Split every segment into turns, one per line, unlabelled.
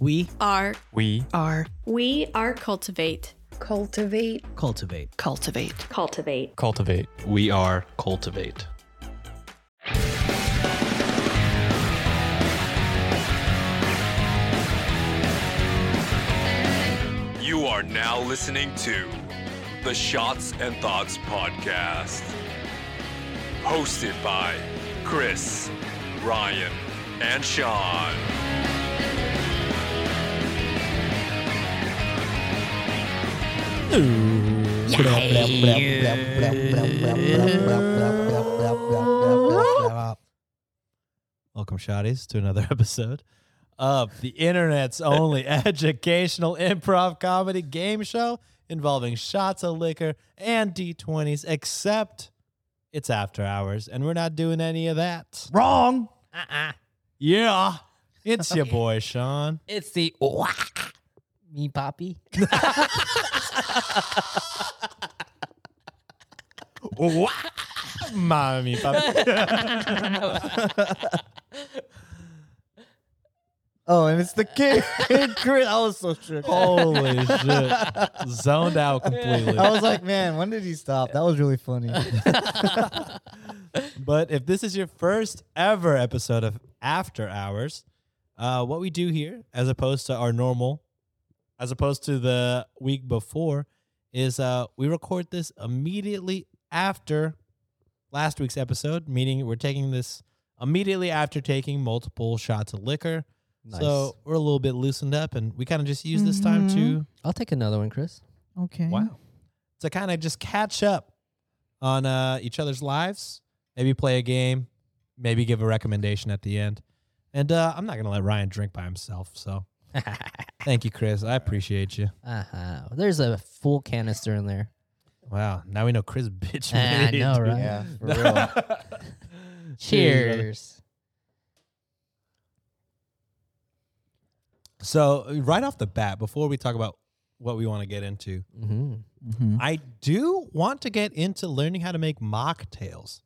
We
are
We
are
we are cultivate
cultivate
cultivate.
cultivate
cultivate
cultivate.
We are Cultivate.
You are now listening to the Shots and Thoughts Podcast, hosted by Chris, Ryan, and Sean.
Welcome, shotties, to another episode of the internet's only educational improv comedy game show involving shots of liquor and D20s, except it's after hours, and we're not doing any of that.
Wrong. Uh-uh.
Yeah, it's your boy, Sean.
It's the me poppy.
Mamma mia,
Oh, and it's the kid. Chris, I was so shook.
Holy shit. Zoned out completely.
I was like, man, when did he stop? That was really funny.
But if this is your first ever episode of After Hours, uh, what we do here, as opposed to our normal, as opposed to the week before, is uh, we record this immediately after last week's episode, meaning we're taking this immediately after taking multiple shots of liquor. So we're a little bit loosened up, and we kind of just use this time to
I'll take another one, Chris.
okay.
to kind of just catch up on uh, each other's lives. Maybe play a game, maybe give a recommendation at the end. And uh, I'm not gonna let Ryan drink by himself. So thank you, Chris. I appreciate you.
Uh-huh. There's a full canister in there.
Wow. Now we know Chris bitch.
I
made.
know, right?
Yeah, for real.
Cheers,
Cheers.
So right off the bat, before we talk about what we want to get into,
hmm
Mhm.
I do want to get into learning how to make mocktails.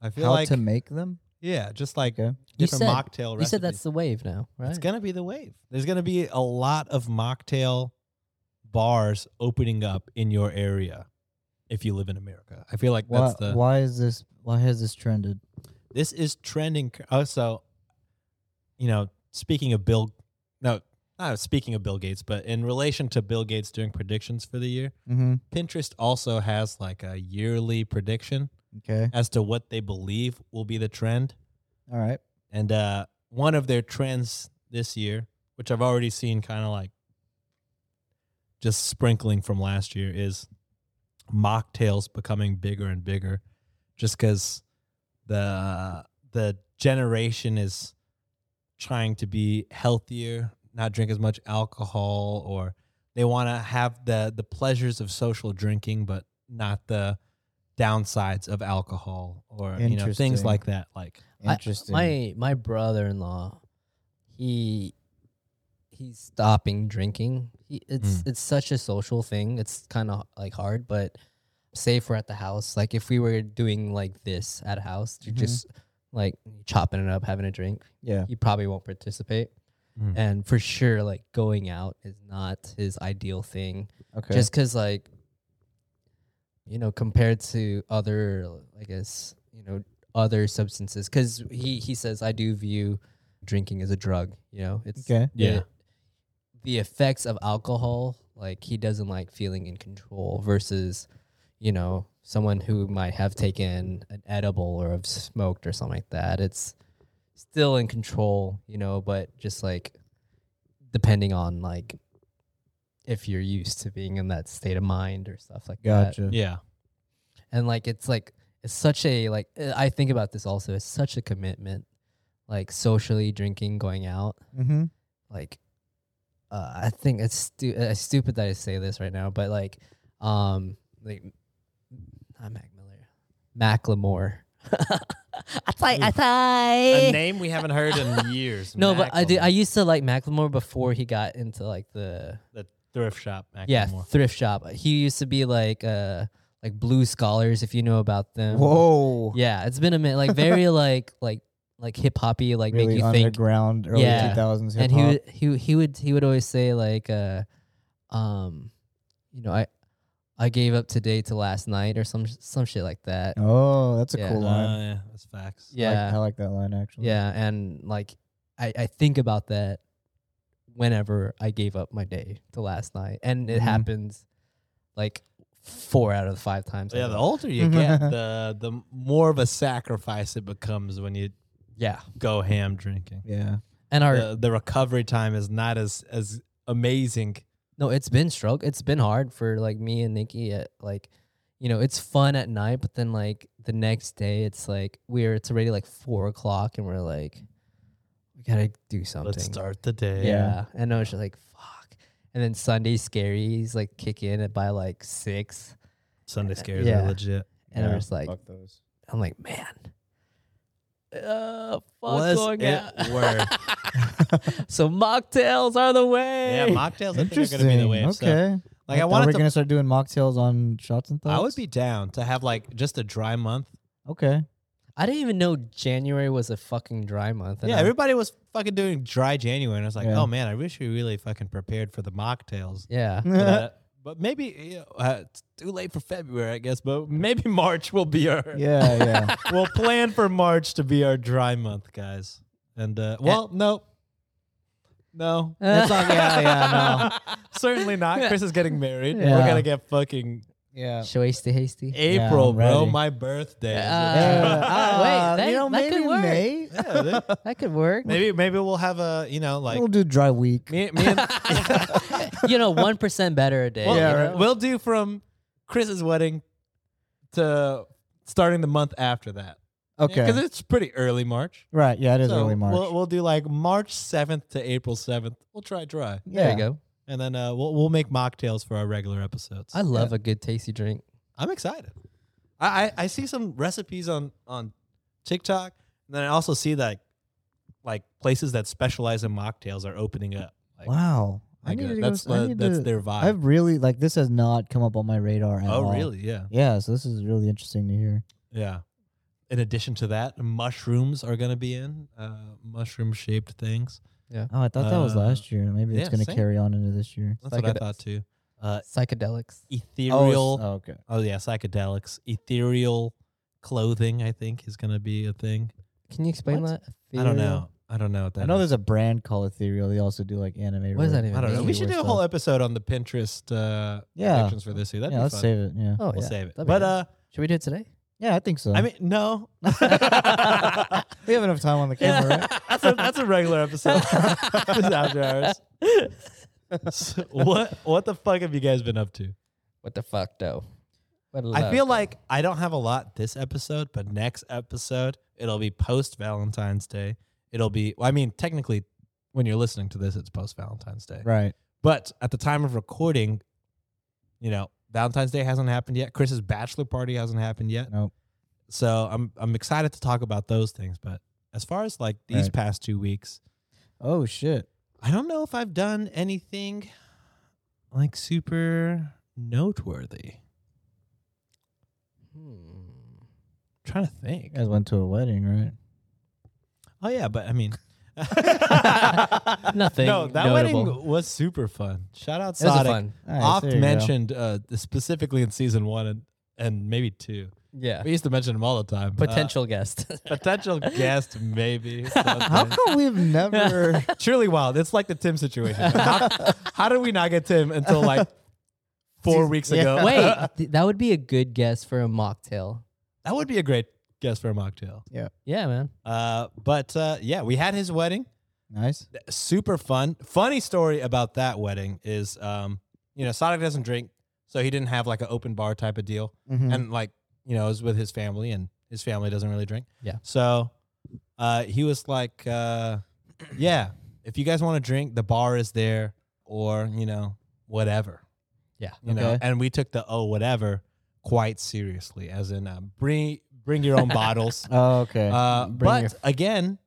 I feel
How
like
to make them?
yeah, just like
Okay.
You
different
said-
mocktail
You
recipes.
said that's the wave now, right?
It's gonna be the wave. There's gonna be a lot of mocktail bars opening up in your area if you live in America. I feel like
Why,
that's the
why is this? Why has this trended?
this is trending. cur- Oh, so you know, speaking of Bill, no, not speaking of Bill Gates, but in relation to Bill Gates doing predictions for the year,
Mm-hmm.
Pinterest also has like a yearly prediction
Okay.
as to what they believe will be the trend.
All right.
And uh, one of their trends this year, which I've already seen kind of like just sprinkling from last year, is mocktails becoming bigger and bigger just because the, the generation is trying to be healthier, not drink as much alcohol, or they want to have the, the pleasures of social drinking, but not the downsides of alcohol or you know things
Interesting.
like that like
I-
Interesting.
my my brother in law, he he's stopping drinking. He, it's
Hmm.
it's such a social thing. It's kind of like hard, but say if we're at the house, like if we were doing like this at a house, you're
Mhm.
just like chopping it up, having a drink.
yeah.
he probably won't participate.
Mm.
And for sure, like going out is not his ideal thing.
Okay.
Just because, like, you know, compared to other, I guess, you know, other substances, because he, he says, I do view drinking as a drug, you know, it's
okay.
the-
Yeah.
the effects of alcohol, like, he doesn't like feeling in control versus, you know, someone who might have taken an edible or have smoked or something like that. It's, still in control, you know, but just like depending on like if you're used to being in that state of mind or stuff like that.
Gotcha.
yeah
And like it's like it's such a like uh, I think about this also. It's such a commitment, like socially drinking, going out.
Mm-hmm.
Like
uh, I think it's, stu- uh, it's stupid that I say this right now, but like, um, like not Mac Miller, Macklemore. I thought, I
A
thought.
name we haven't heard in years.
No, but I did. I
Macklemore.
used to like Macklemore before he got into like the
the thrift shop. Macklemore.
yeah thrift shop. He used to be like uh like Blue Scholars if you know about them.
Whoa.
Yeah, it's been a minute. Like very like like like hip hoppy. Like
Really
make you think.
underground early
Yeah.
2000s hip
and he
hop.
would, he would- he would he would always say like uh um you know i i gave up today to last night or some sh- some shit like that
Oh, that's a
Yeah.
cool
Uh,
line.
yeah, that's facts.
I like- I like,
yeah
that line actually.
yeah and like i i think about that whenever i gave up my day to last night and it
Mhm.
happens like four out of the five times I
Yeah,
go,
the older you get, the the more of a sacrifice it becomes when you
yeah
go ham drinking.
Yeah.
and our
The, the recovery time is not as as amazing.
No, it's been struggle. It's been hard for like me and Nikki. At, like, you know, it's fun at night, but then like the next day, it's like we're it's already like four o'clock, and we're like, we gotta do something.
Let's start the
Yeah.
day.
and I was just like, fuck. And then Sunday scaries like kick in at by like six,
Sunday scares
Yeah.
are legit.
and
yeah,
I was like,
fuck those.
I'm like, man, uh, fuck
Was
going
it
out.
worth?
so mocktails are the
yeah,
way.
mocktails I think are
Interesting.
gonna be the wave. So,
okay.
like I
Are
wanted
we
to,
gonna start doing mocktails on shots and thoughts.
I would be down to have like just a dry month.
okay.
I didn't even know January was a fucking dry month. and
Yeah,
I'm-
everybody was fucking doing dry January, and I was like,
Yeah.
oh man, I wish we really fucking prepared for the mocktails.
Yeah.
But, uh, but maybe you know, uh, it's too late for February, I guess. But maybe March will be our.
Yeah, yeah.
we'll plan for March to be our dry month, guys. And uh, well, no, no,
That's not, yeah, yeah,
certainly not. Chris is getting married. We're
Yeah.
gonna get fucking
no. Yeah.
Should we stay hasty?
April,
I'm
bro.
ready.
My birthday. is in
Uh,
April.
Ah, wait, that-
Uh, you know,
that could
maybe
work.
May.
Yeah, dude.
That could work.
maybe maybe we'll have a you know like
we'll do dry week.
me, me and
you know, one percent better a day.
Well,
you
Yeah,
know?
right.
we'll do from Chris's wedding to starting the month after that.
Okay.
Because it's pretty early March.
right. Yeah, it is
So
early March.
We'll, we'll do like March 7th to April 7th. We'll try dry.
There
yeah.
you go.
And then uh, we'll, we'll make mocktails for our regular episodes.
I love a good tasty drink.
I'm excited. I, I, I see some recipes on, on TikTok. And then I also see that like places that specialize in mocktails are opening up. Like,
Wow.
like, uh,
need to go
that's
s- I
the-
need
that's
to-
their vibe.
I've really like this has not come up on my radar at
oh,
all.
really? Yeah.
Yeah. So this is really interesting to hear.
Yeah. In addition to that, mushrooms are going to be in uh, mushroom shaped things.
Oh, I thought that was
Uh,
last year. Maybe
yeah,
it's gonna
same.
carry on into this year.
That's
Like
what I
a-
thought too. Uh,
Psychedelics.
Oh, it's-
ethereal. Oh,
oh, okay.
yeah, psychedelics. Ethereal clothing, I think, is going to be a thing.
Can you explain
What?
that?
I don't know. I don't know what that
I know
is.
there's a brand called Ethereal. They also do like anime.
What does that
related-
even
I don't know.
mean?
We should do a
Ethereal
whole
stuff.
episode on the Pinterest uh,
Yeah.
predictions for this year. That'd
yeah,
be
let's
fun.
save it. Yeah.
Oh,
We'll
yeah.
save it.
That'd be
But
good.
uh,
should we do it today?
Yeah, I think so.
I mean, no.
we have enough time on the camera. right?
that's, a, that's a regular episode. It's after hours. So what what the fuck have you guys been up to?
What the fuck, though?
I feel like I don't have a lot this episode, but next episode it'll be post Valentine's Day. It'll be well, I mean, technically when you're listening to this, it's post Valentine's Day.
Right.
But at the time of recording, you know, Valentine's Day hasn't happened yet. Chris's bachelor party hasn't happened yet.
Nope.
So I'm I'm excited to talk about those things. But as far as like these
Right.
past two weeks,
Oh shit.
I don't know if I've done anything like super noteworthy. Hmm. trying to think.
You guys went to a wedding, right?
Oh yeah, but I mean,
Nothing
No, that
notable.
wedding was super fun. Shout out
It was a
Sonic.
fun.
All right,
Oft
there you go.
mentioned uh, specifically in season one and, and maybe two.
Yeah.
We used to mention them all the time. Uh,
Potential guest.
potential guest, maybe.
How
something.
come we've never?
Truly wild. It's like the Tim situation. How, how did we not get Tim until like four weeks
Yeah.
ago?
Wait, th- that would be a good guess for a mocktail.
that would be a great guest for a mocktail.
Yeah, man.
Uh, but uh, yeah, we had his wedding.
nice.
super fun. Funny story about that wedding is, um, you know, Sonic doesn't drink, so he didn't have like an open bar type of deal,
Mhm.
and like you know, it was with his family, and his family doesn't really drink.
Yeah.
So, uh, he was like, uh, yeah, if you guys want to drink, the bar is there. or you know whatever.
Yeah.
You know,
Okay.
and we took the oh whatever quite seriously, as in uh, bring bring your own bottles.
Oh, okay.
Uh,
Bring
but
your-
again,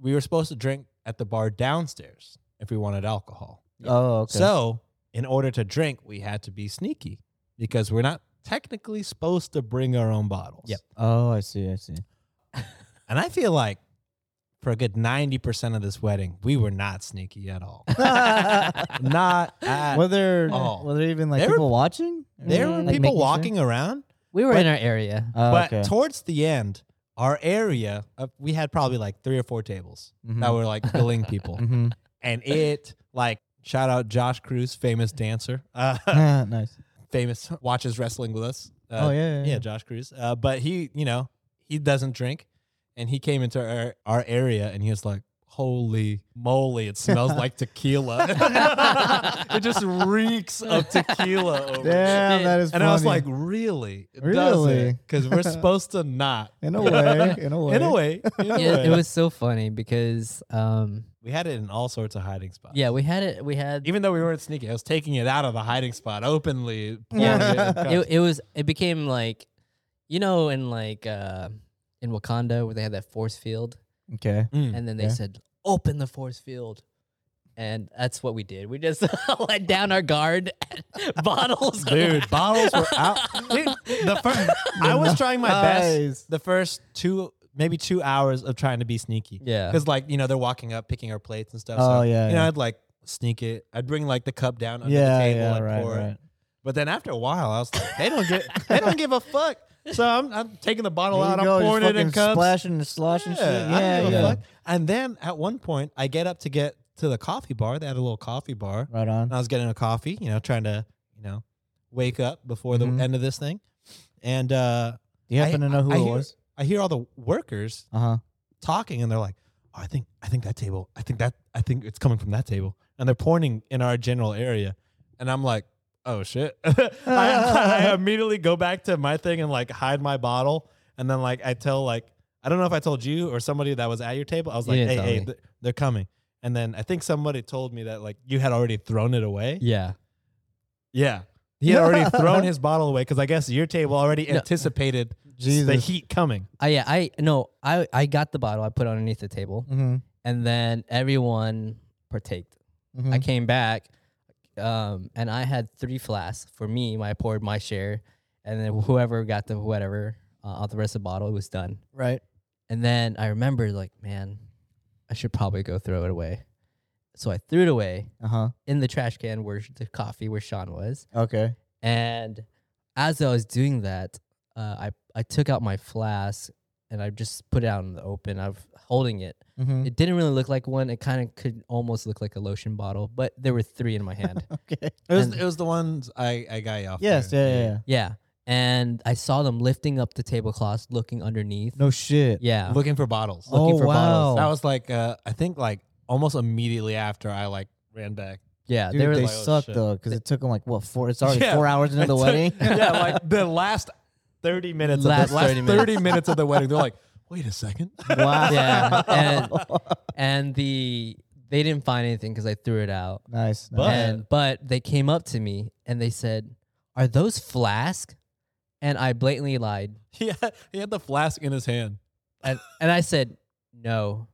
we were supposed to drink at the bar downstairs if we wanted alcohol.
oh, okay.
So, in order to drink, we had to be sneaky because we're not technically supposed to bring our own bottles.
Yep.
oh, I see. I see.
And I feel like for a good 90% of this wedding, we were not sneaky at all. not at
were there
Oh.
were there even like
There were-
people watching?
There were
Like, making
people
sure?
walking around,
We were
But-
in our area.
Oh,
but
okay.
towards the end, our area, uh, we had probably like three or four tables that
Mhm.
were like billing people.
Mhm.
and it, like, shout out Josh Cruz, famous dancer. Uh,
Ah, nice.
famous watches wrestling with us. Uh,
Oh, yeah, yeah,
yeah,
yeah.
Josh Cruz. Uh, but he, you know, he doesn't drink, and he came into our, our area and he was like, "Holy moly, it smells like tequila! it just reeks of tequila." Over here."
Damn, that is.
And I was
funny.
like, "Really?
Really?
Because we're supposed to not."
in a way, in a way,
In a way, in a
Yeah,
way.
it was so funny because um
we had it in all sorts of hiding spots.
yeah, we had it we had
Even though we weren't sneaky, I was taking it out of the hiding spot openly. pouring it in
Yeah.
cups.
it, it was it became like you know in like uh in Wakanda where they had that force field
Okay.
Mm.
and then they
Yeah.
said open the force field and that's what we did. We just let down our guard bottles.
Dude, bottles were out. Dude, the first, I was trying my
Nice.
best. The first two, maybe two hours of trying to be sneaky.
Yeah.
because like you know they're walking up, picking our plates and stuff. so,
Oh, yeah,
You know,
yeah.
I'd like sneak it. I'd bring like the cup down under
Yeah,
the table
yeah,
and
right,
pour it.
right.
But then after a while, I was like, they don't get, they don't give a fuck. So I'm, I'm taking the bottle
There
out,
you
I'm
go, just
pouring it in
fucking
cups.
splashing and sloshing shit.
I
Yeah,
don't give a
yeah.
fuck. And then at one point, I get up to get to the coffee bar. They had a little coffee bar.
Right on.
And I was getting a coffee, you know, trying to, you know, wake up before
Mhm.
the end of this thing. And uh
Do you happen
I-
to know who
I
it
hear-
was?
I hear all the workers
Uh huh.
talking and they're like, oh, I think I think that table, I think that I think it's coming from that table. And they're pointing in our general area. And I'm like, oh shit. I, I immediately go back to my thing and like hide my bottle. And then like I tell like I don't know if I told you or somebody that was at your table. I was
You
like,
didn't
hey,
tell
hey,
me.
th- they're coming. And then I think somebody told me that like you had already thrown it away.
yeah.
Yeah. He had already thrown his bottle away because I guess your table already anticipated the
Jesus.
heat coming.
I yeah, I no, I I got the bottle. I put it underneath the table
Mm-hmm.
and then everyone partaked.
Mm-hmm.
Mm-hmm.
I came back, um, and I had three flasks for me. I poured my share, and then whoever got the whatever uh, out the rest of the bottle, it was done.
Right.
And then I remembered, like, man, I should probably go throw it away. So I threw it away
Uh huh.
in the trash can where sh- the coffee where Sean was.
Okay.
And as I was doing that, uh, I I took out my flask and I just put it out in the open. I was holding it.
Mm-hmm.
It didn't really look like one. It kind of could almost look like a lotion bottle, but there were three in my hand.
Okay.
It was
And-
it was the ones I, I got you off.
Yes. Yeah,
there.
yeah. Yeah.
Yeah. And I saw them lifting up the tablecloths, looking underneath.
No shit.
Yeah.
Looking for bottles.
Oh,
looking for bottles.
That
wow.
was like uh, I think like almost immediately after I like ran back.
yeah.
Dude,
they were
they
like, oh,
suck
shit.
though, because it took them like what four? It's already
Yeah.
four hours into the
It took-
wedding.
yeah, like the last thirty minutes
Last
of the last
30
30
minutes.
minutes. of the wedding. They're like, wait a second.
wow.
yeah. And, and the they didn't find anything because I threw it out.
Nice. nice.
But-
And but they came up to me and they said, "Are those flask?" And I blatantly lied.
he, had, he had the flask in his hand.
And and I said, "No."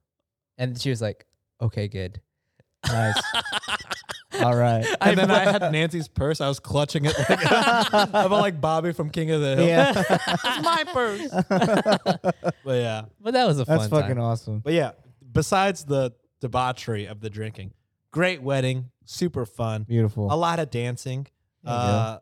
And she was like, "Okay, good."
nice. All right.
And then I had Nancy's purse. I was clutching it like about like Bobby from King of the Hill.
Yeah.
it's my purse. but yeah.
But that was a
That's
fun
fucking
time.
awesome.
But yeah, besides the debauchery of the drinking, great wedding, super fun,
Beautiful.
a lot of dancing.
you
Uh,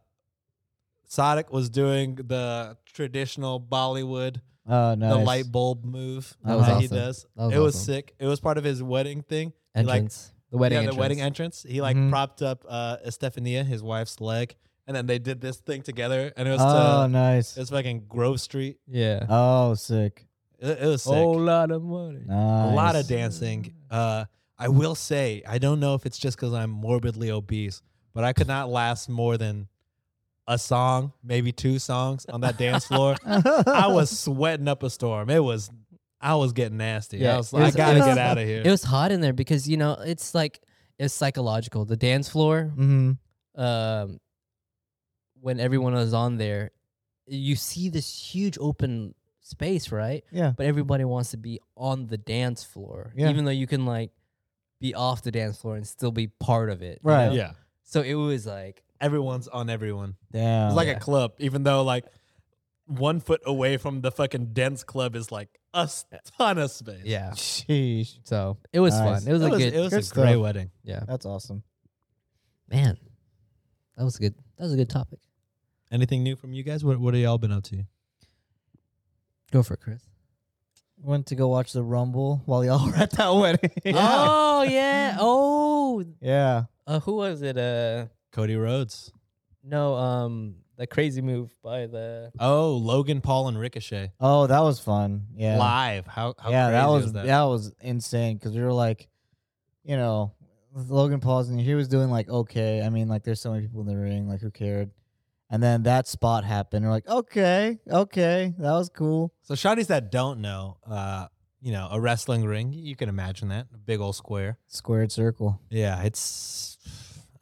Sadek was doing the traditional Bollywood,
Oh, nice.
the light bulb move
That was
he
awesome.
does.
That was
it was
awesome.
sick. It was part of his wedding thing. He, like,
Entrance. the wedding
yeah,
entrance. Mm-hmm.
the wedding entrance. He like
Mhm.
propped up uh, Estefania, his wife's leg, and then they did this thing together, and it was
Oh,
to,
nice.
it was fucking Grove Street.
Yeah.
Oh, sick.
It, it was sick.
whole lot of money.
a lot of
Nice.
dancing. Uh, I will say, I don't know if it's just because I'm morbidly obese, but I could not last more than a song, maybe two songs on that dance floor. I was sweating up a storm. It was, I was getting nasty.
Yeah,
I was
it
like,
was-
I gotta
it was-
get out of here.
It was hot in there because you know it's like it's psychological. The dance floor,
Mm-hmm.
um, when everyone is on there, you see this huge open space, right?
Yeah.
But everybody wants to be on the dance floor,
Yeah.
even though you can like be off the dance floor and still be part of it, you
Right.
know?
Yeah.
So it was like,
Everyone's on everyone.
Damn.
It's like
Oh, yeah.
a club, even though like one foot away from the fucking dense club is like a s- ton of space.
yeah.
sheesh.
So it was
Nice.
fun. It was
It
a
was,
good,
it was
good
a great
stuff.
wedding.
yeah.
That's awesome.
Man, that was a good. That was a good topic.
Anything new from you guys? What What have y'all been up to?
Go for it, Chris.
Went to go watch the Rumble while y'all were at that wedding.
Oh yeah. Oh,
yeah.
uh, who was it? Uh,
Cody Rhodes.
no. Um, the crazy move by the.
Oh, Logan Paul and Ricochet
Oh, that was fun. Yeah.
live. How how
yeah,
crazy
that was,
that?
was insane because we were like, you know, Logan Paul's and he was doing like okay. I mean, like there's so many people in the ring, like who cared? And then that spot happened. We're like, okay, okay, that was cool.
So, shotties that don't know, uh, you know, a wrestling ring. You can imagine that a big old square.
Squared circle.
Yeah, it's.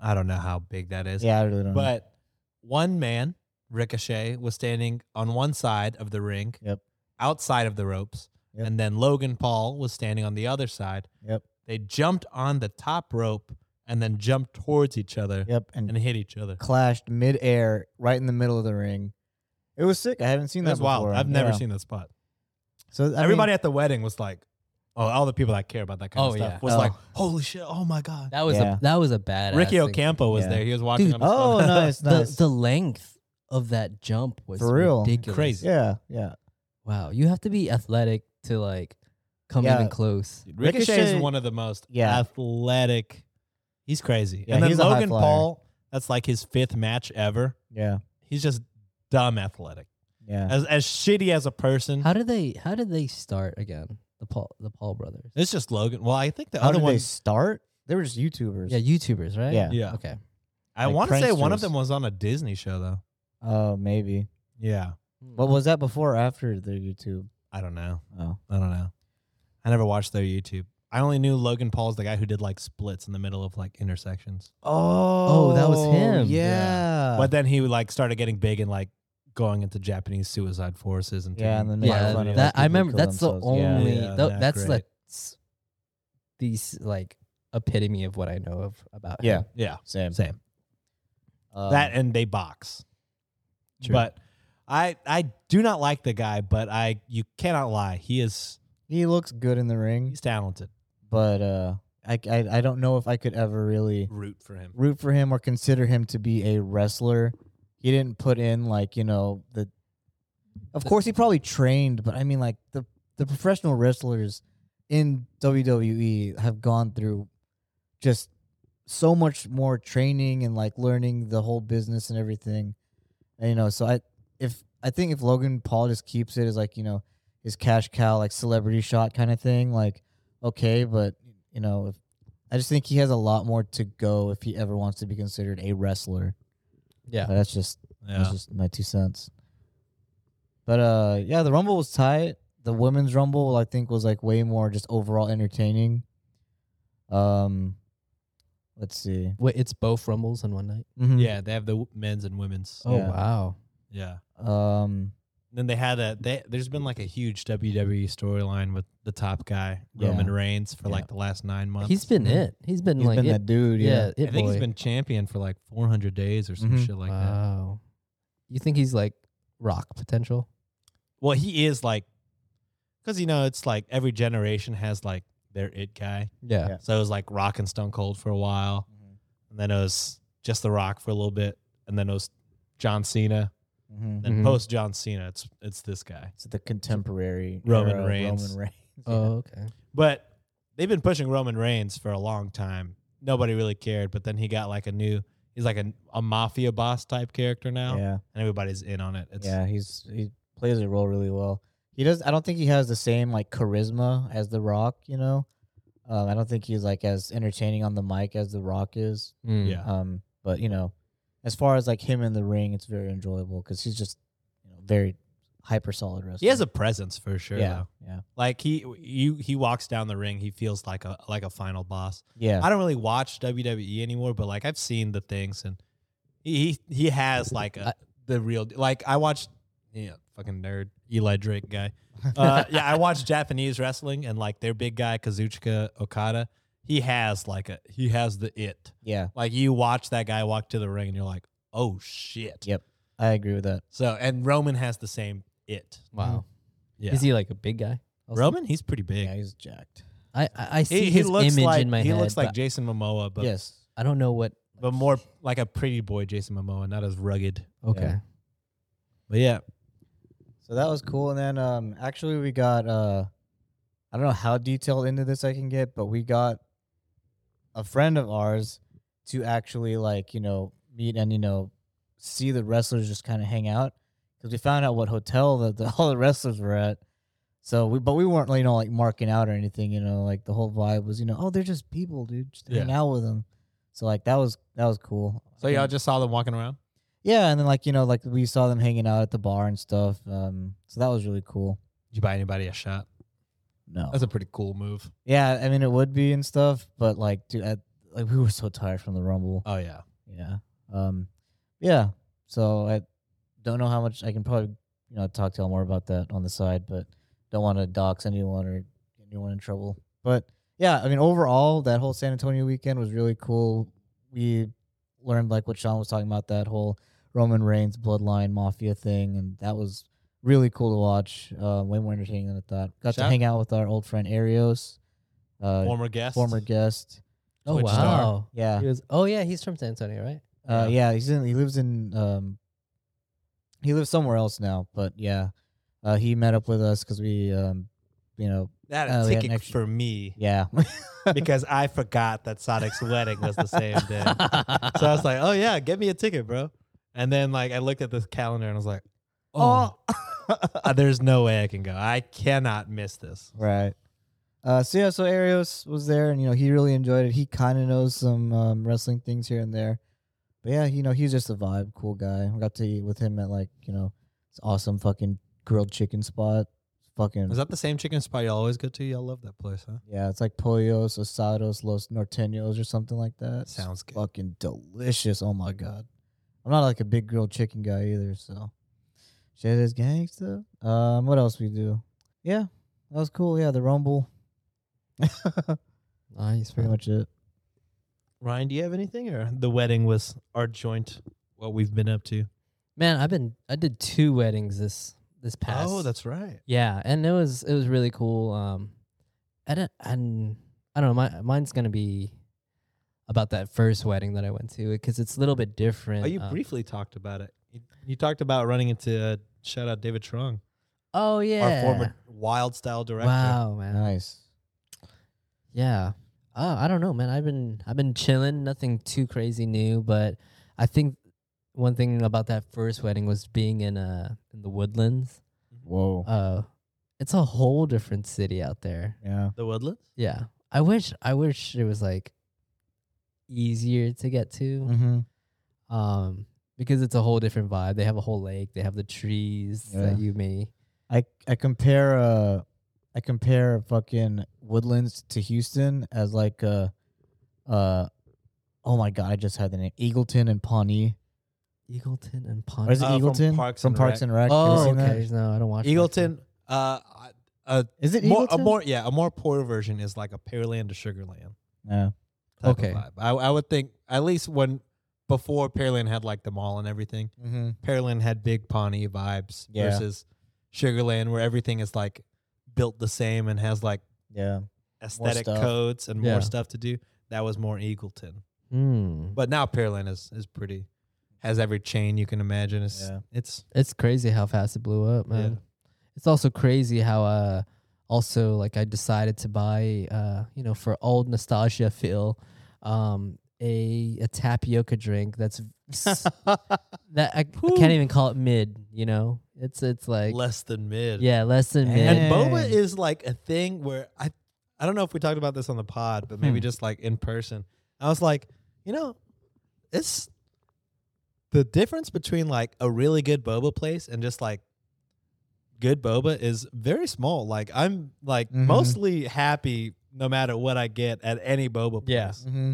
I don't know how big that is.
Yeah, I really don't. know.
But one man, Ricochet, was standing on one side of the ring,
Yep.
outside of the ropes,
Yep.
and then Logan Paul was standing on the other side.
Yep.
They jumped on the top rope and then jumped towards each other
Yep, and,
and hit each other.
clashed midair right in the middle of the ring. It was sick. I haven't seen
That's
that before.
wild. I've never
Yeah.
seen that spot.
So I
Everybody
mean,
at the wedding was like, "Oh, all the people that care about that kind of
Oh,
stuff
yeah.
was
Oh.
like, holy shit! Oh my god!"
That was
Yeah.
a. That was a bad.
Ricky Ocampo was
Yeah.
there. He was watching. on
Dude,
his
oh,
phone.
nice, nice.
The the length of that jump was
For real.
ridiculous.
Crazy.
yeah, yeah.
Wow, you have to be athletic to like come
Yeah.
even close.
Ricochet,
Ricochet-
is one of the most
Yeah.
athletic. He's crazy.
Yeah,
and then
he's a high
Logan
flyer.
Paul, that's like his fifth match ever.
Yeah,
He's just dumb athletic.
yeah.
As as shitty as a person.
How did they? How did they start again? The Paul the Paul brothers.
it's just Logan. Well, I think the
How
other
did they
one
start? They were just YouTubers.
Yeah, YouTubers, right?
Yeah.
Yeah.
Okay.
I
like
want to say one of
pranksters.
them was on a Disney show though.
Oh, maybe.
Yeah.
But was that before or after their YouTube?
I don't know.
Oh,
I don't know. I never watched their YouTube. I only knew Logan Paul's the guy who did like splits in the middle of like intersections.
oh,
that was him.
Yeah,
but then he like started getting big and like going into Japanese suicide forces and
Yeah,
taking
and then
yeah,
viral
fun of,
videos.
like,
that I
people
remember.
kill
That's the
themselves. Yeah.
only.
Yeah,
tho-
yeah,
that's
great.
like s- these like epitome of what I know of about.
yeah,
him.
yeah,
same.
same.
Um,
that and they box.
True.
But I I do not like the guy, but I you cannot lie. He is
he looks good in the ring,
he's talented.
but uh, I, I I don't know if I could ever really
Root for him.
root for him or consider him to be a wrestler. He didn't put in like you know the. Of course, he probably trained, but I mean, like the the professional wrestlers in WWE have gone through just so much more training and like learning the whole business and everything. And, you know, so I if I think if Logan Paul just keeps it as like you know his cash cow, like celebrity shot kind of thing, like okay, but you know, if I just think he has a lot more to go if he ever wants to be considered a wrestler.
Yeah.
But that's just that's
Yeah.
just my two cents. But uh, yeah, the Rumble was tight. The women's Rumble, I think, was like way more just overall entertaining. Um, let's see.
Wait, it's both rumbles in one night.
Mhm.
Yeah, they have the w- men's and women's.
Oh
Yeah.
wow.
Yeah.
Um,
Then they had a they there's been like a huge WWE storyline with the top guy,
Yeah.
Roman Reigns, for
Yeah.
like the last nine months.
He's been
Mhm.
it. He's been
he's
like
been
it.
that dude. Yeah.
yeah. It
I think he's
boy.
been champion for like four hundred days or some
Mhm.
shit like that.
Mm-hmm. wow. You think he's like rock potential?
Well, he is like because you know, it's like every generation has like their it guy.
Yeah.
Yeah.
So it was like Rock and Stone Cold for a while.
Mm-hmm.
and then it was just The Rock for a little bit, and then it was John Cena.
hmm
Then
Mhm.
post John Cena, it's it's this guy.
So the contemporary
Roman
era of
Reigns.
Roman Reigns.
Oh okay.
But they've been pushing Roman Reigns for a long time. Nobody really cared, but then he got like a new. He's like a, a mafia boss type character now,
yeah.
and everybody's in on it. It's,
yeah, he's he plays the role really well. He does. I don't think he has the same like charisma as The Rock. You know, um, I don't think he's like as entertaining on the mic as The Rock is.
Mm.
Yeah.
Um, but you know, as far as like him in the ring, it's very enjoyable because he's just you know very
hyper solid wrestler.
He has a presence for sure.
yeah,
though.
yeah,
Like he you he walks down the ring, he feels like a like a final boss.
yeah.
I don't really watch WWE anymore, but like I've seen the things and he he, he has like a, the real like I watched yeah, fucking nerd Eli Drake guy. Uh, yeah, I watch Japanese wrestling and like their big guy Kazuchika Okada, he has like a he has the it.
yeah,
Like you watch that guy walk to the ring and you're like, "Oh shit."
Yep. I agree with that.
So, and Roman has the same it.
Wow.
Yeah.
Is he like a big guy? also?
Roman, he's pretty big.
Yeah, he's jacked.
I I, I see
he, he
his
looks
image
like
in my
he
head.
looks like
but
Jason Momoa, but
yes,
I don't know what.
but more like a pretty boy Jason Momoa, not as rugged.
Okay.
Yeah.
But yeah,
So that was cool. And then um actually we got uh I don't know how detailed into this I can get, but we got a friend of ours to actually like, you know, meet and you know, see the wrestlers just kind of hang out cuz we found out what hotel that the, all the wrestlers were at. So we but we weren't you know like marking out or anything, you know, like the whole vibe was, you know, oh, they're just people, dude. Just hang
Yeah.
out with them. So like that was that was cool.
so y'all just saw them walking around.
Yeah, and then like you know, like we saw them hanging out at the bar and stuff. Um, so that was really cool.
Did you buy anybody a shot?
No,
That's a pretty cool move.
yeah, I mean it would be and stuff, but like, dude, I, like we were so tired from the rumble.
Oh yeah,
Yeah, um, yeah. So I don't know how much I can probably you know talk to y'all more about that on the side, but don't want to dox anyone or get anyone in trouble. But yeah, I mean overall, that whole San Antonio weekend was really cool. We learned like what Sean was talking about that whole Roman Reigns bloodline mafia thing, and that was really cool to watch. Uh, way more entertaining than I thought. Got to
Shout-
hang out with our old friend Arios, uh, former,
former guest.
guest.
Oh
Twitch
wow.
star.
Yeah,
He was, oh yeah, he's from San Antonio, right?
uh, yeah, he's in. He lives in. Um, he lives somewhere else now, but yeah, uh, he met up with us because we, um, you know,
That
Oh,
a
we had an
ticket
extra-
for me
yeah,
because I forgot that Sonic's wedding was the same day. So I was like, oh yeah, get me a ticket, bro. And then like I looked at this calendar and I was like, oh, there's no way I can go. I cannot miss this.
right. Uh, so yeah, so Arios was there, and you know, he really enjoyed it. He kind of knows some um, wrestling things here and there, but yeah, you know, he's just a vibe, cool guy. I got to eat with him at like you know, this awesome fucking grilled chicken spot. Fucking
Is that the same chicken spot you always go to? Y'all love that place, huh?
yeah, it's like Pollos Osados Los Norteños or something like that.
Sounds good.
fucking delicious. Oh my god. I'm not like a big grilled chicken guy either, so shit is gangsta. Um, what else we do? Yeah, that was cool. Yeah, the rumble.
nice.
Pretty
man.
much it.
Ryan, do you have anything, or the wedding was our joint? What we've been up to?
Man, I've been I did two weddings this this past.
Oh, right.
yeah, and it was it was really cool. Um, I don't and I don't know. My mine's gonna be about that first wedding that I went to because it's a little bit different.
Oh, you
um,
briefly talked about it. You, you talked about running into uh, shout out David Strong,
Oh yeah,
our former Wild Style director.
Wow, man.
Nice.
Yeah. Oh, I don't know, man. I've been I've been chilling, nothing too crazy new, but I think one thing about that first wedding was being in uh in the woodlands.
Whoa.
Uh it's a whole different city out there.
yeah.
The Woodlands.
Yeah. I wish I wish it was like easier to get to.
Mm-hmm.
Um because it's a whole different vibe. They have a whole lake, they have the trees
Yeah.
that you may
I I compare uh I compare fucking Woodlands to Houston as like uh uh oh my god I just had the name Eagleton and Pawnee.
Eagleton and
Or is
Pond.
it
Uh, from
Eagleton
Parks
from
and Rec.
Parks and Rec? Have you
Oh,
seen that?
okay. No, I don't watch that.
Eagleton. Uh, I-
Is it
more, a
Eagleton?
more yeah, a more poor version is like a Pearland to Sugarland.
Yeah.
Type
Okay.
Of vibe. I I would think at least when before Pearland had like the mall and everything.
Mm-hmm.
Pearland had big Pawnee vibes
Yeah.
versus Sugarland, where everything is like built the same and has like
Yeah.
aesthetic
stuff.
codes and
Yeah.
more stuff to do. That was more Eagleton,
Hmm.
but now Pearland is is pretty has every chain you can imagine. It's
Yeah.
it's
It's crazy how fast it blew up, man. It's also crazy how uh also like I decided to buy uh you know for old nostalgia feel um a a tapioca drink that's s- that I, I can't even call it mid, you know. It's it's like
less than mid.
yeah, less than
Dang.
mid.
and boba is like a thing where I I don't know if we talked about this on the pod, but
Hmm.
maybe just like in person. I was like, you know, it's the difference between like a really good boba place and just like good boba is very small. Like I'm like
Mm-hmm.
Mhm.
mostly happy no matter what I get at any boba place.
Yeah.
hmm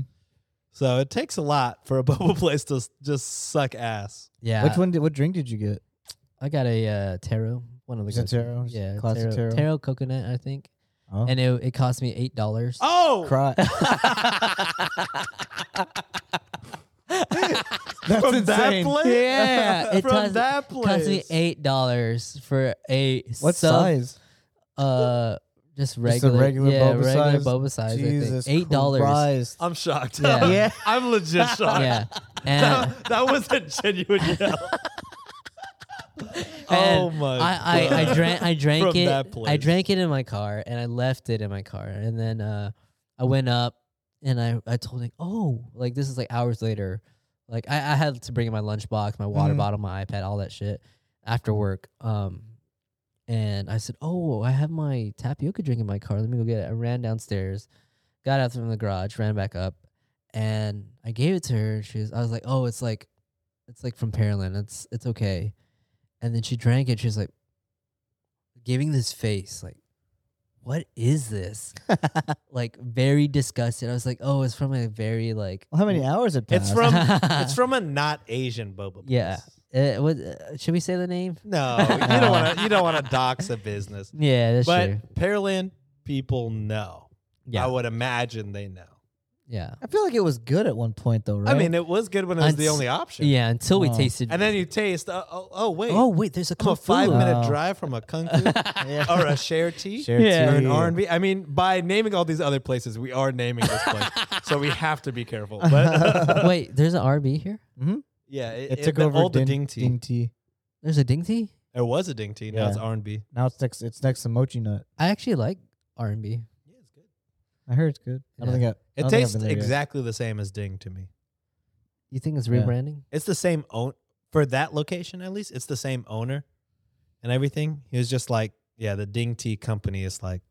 So it takes a lot for a boba place to s- just suck ass.
Yeah.
Which one? Did, what drink did you get?
I got a uh, taro. One of the
Is it
go-to-
taro? Just
Yeah,
classic
taro,
taro?
taro coconut, I think,
Oh,
and it, it cost me eight dollars.
Oh,
cry. That's
from that
insane.
place.
Yeah, it
from
cost-
that
It
place.
cost me eight dollars for a
What
sub-
size?
Uh, just
a
regular,
regular
yeah,
boba
regular
size?
boba size.
Jesus,
I think. eight dollars.
Christ.
I'm shocked.
Yeah.
Yeah.
I'm legit shocked.
Yeah, and,
That, that was a genuine yell.
and
oh my!
I, I, I
God.
drank I drank
From
it
that
I
place.
drank it in my car and I left it in my car and then uh I went up and I I told him oh like this is like hours later like I, I had to bring in my lunchbox my water
Mhm.
bottle my iPad all that shit after work um and I said oh I have my tapioca drink in my car let me go get it I ran downstairs got out from the garage ran back up and I gave it to her and she was I was like oh it's like it's like from Pearland it's it's okay and then she drank it she was like giving this face like what is this like very disgusted i was like oh it's from a very like
Well, how many hours it passed?
It's from it's from a not Asian boba. Place.
yeah uh, what, uh, should we say the name
No, you don't want to. You don't want to dox a business.
yeah that's
But
true
Pearland people know.
yeah
I would imagine they know.
yeah
I feel like it was good at one point though, right?
I mean, it was good when it was the
Unts-
only option.
Oh, yeah until we
Oh.
tasted
And then you taste. Uh, oh, oh wait.
oh wait there's a
I'm
kung
a five
fu.
minute
Wow.
drive from a kung fu
yeah.
or a share tea.
Share
Yeah.
Or an
tea.
R&B. I mean, by naming all these other places, we are naming this place, so we have to be careful. But
wait there's an rb here
yeah, it,
It, took
the,
over
all the
Din-
ding tea.
Ding tea.
there's a ding tea
There was a ding tea. Now it's
Yeah.
R and B.
Now it's next. It's next to mochi nut.
i actually like r&b
I heard it's good. I
Yeah.
don't think I, I
It
don't think I've
tastes
been there yet.
exactly the same as ding to me.
you think it's
Yeah.
rebranding
It's the same own for that location at least. It's the same owner and everything. He was just like, yeah, the ding tea company is like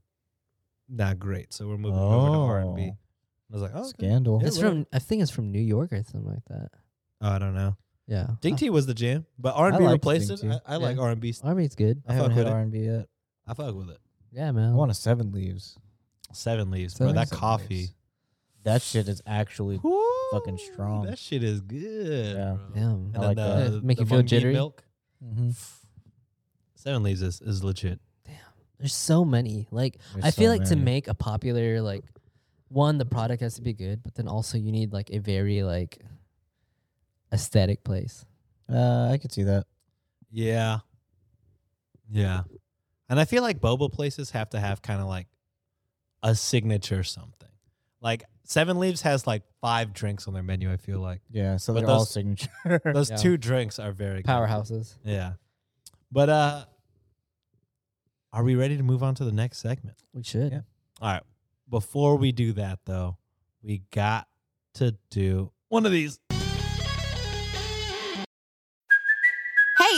not great, so we're moving over to R and B. I
Oh.
was like, oh, okay.
Scandal.
Yeah,
it's from i think it's from new york or something like that
oh, I don't know.
yeah
Ding tea was the jam, but R and B
liked
replaced
Ding
it.
Tea.
I, I like
Yeah.
R and B.
r&b's Oh, good
I
I
haven't
fuck with
had
it.
R and B yet. Mm-hmm.
I fuck with it.
yeah
I
man
want a seven leaves.
Seven leaves,
Seven
bro. That
Leaves.
coffee.
That shit is actually.
Woo,
fucking strong.
That shit is good.
Yeah.
bro.
Damn.
And
I
then
like
the,
that. Make
the
you feel
mung bean
jittery?
Milk.
Mhm.
Seven leaves is, is legit.
There's so many. Like
There's
I feel
so
like to
many.
make a popular like one, the product has to be good, but then also you need like a very like aesthetic place.
Uh, I could see that.
Yeah. Yeah. And I feel like boba places have to have kind of like a signature something. Like Seven Leaves has like five drinks on their menu, I feel like.
Yeah. So
But
they're all
those-
signature.
Those
Yeah.
two drinks are very good.
Powerhouses.
Yeah. But uh are we ready to move on to the next segment?
We should.
Yeah.
All right. Before we do that though, we got to do one of these.
Hey,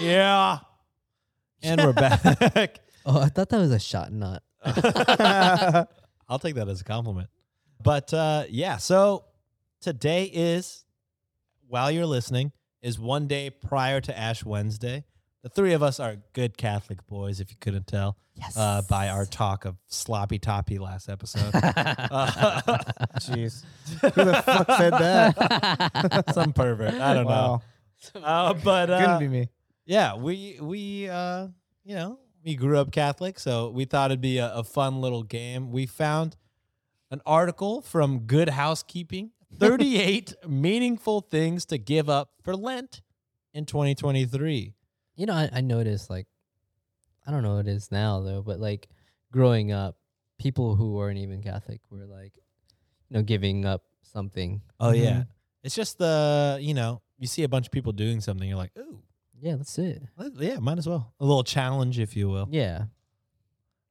Yeah. And we're back.
Oh, I thought that was a shot not.
I'll take that as a compliment. But uh, yeah, so today is, while you're listening, is one day prior to Ash Wednesday. The three of us are good Catholic boys, if you couldn't tell,
Yes.
uh, by our talk of sloppy toppy last episode. Uh,
Jeez. Who the fuck said that?
Some pervert, I don't
wow.
know. Uh, but
Couldn't
uh,
be me.
yeah, we we uh, you know we grew up Catholic, so we thought it'd be a, a fun little game. We found an article from Good Housekeeping: 38 meaningful things to give up for Lent in 2023.
You know, I, I noticed like I don't know what it is now though, but like growing up, people who weren't even Catholic were like, you know, giving up something.
Mm-hmm. Oh yeah, it's just the you know you see a bunch of people doing something, you're like, ooh,
Yeah, that's it.
Let- Yeah, might as well. A little challenge, if you will.
Yeah.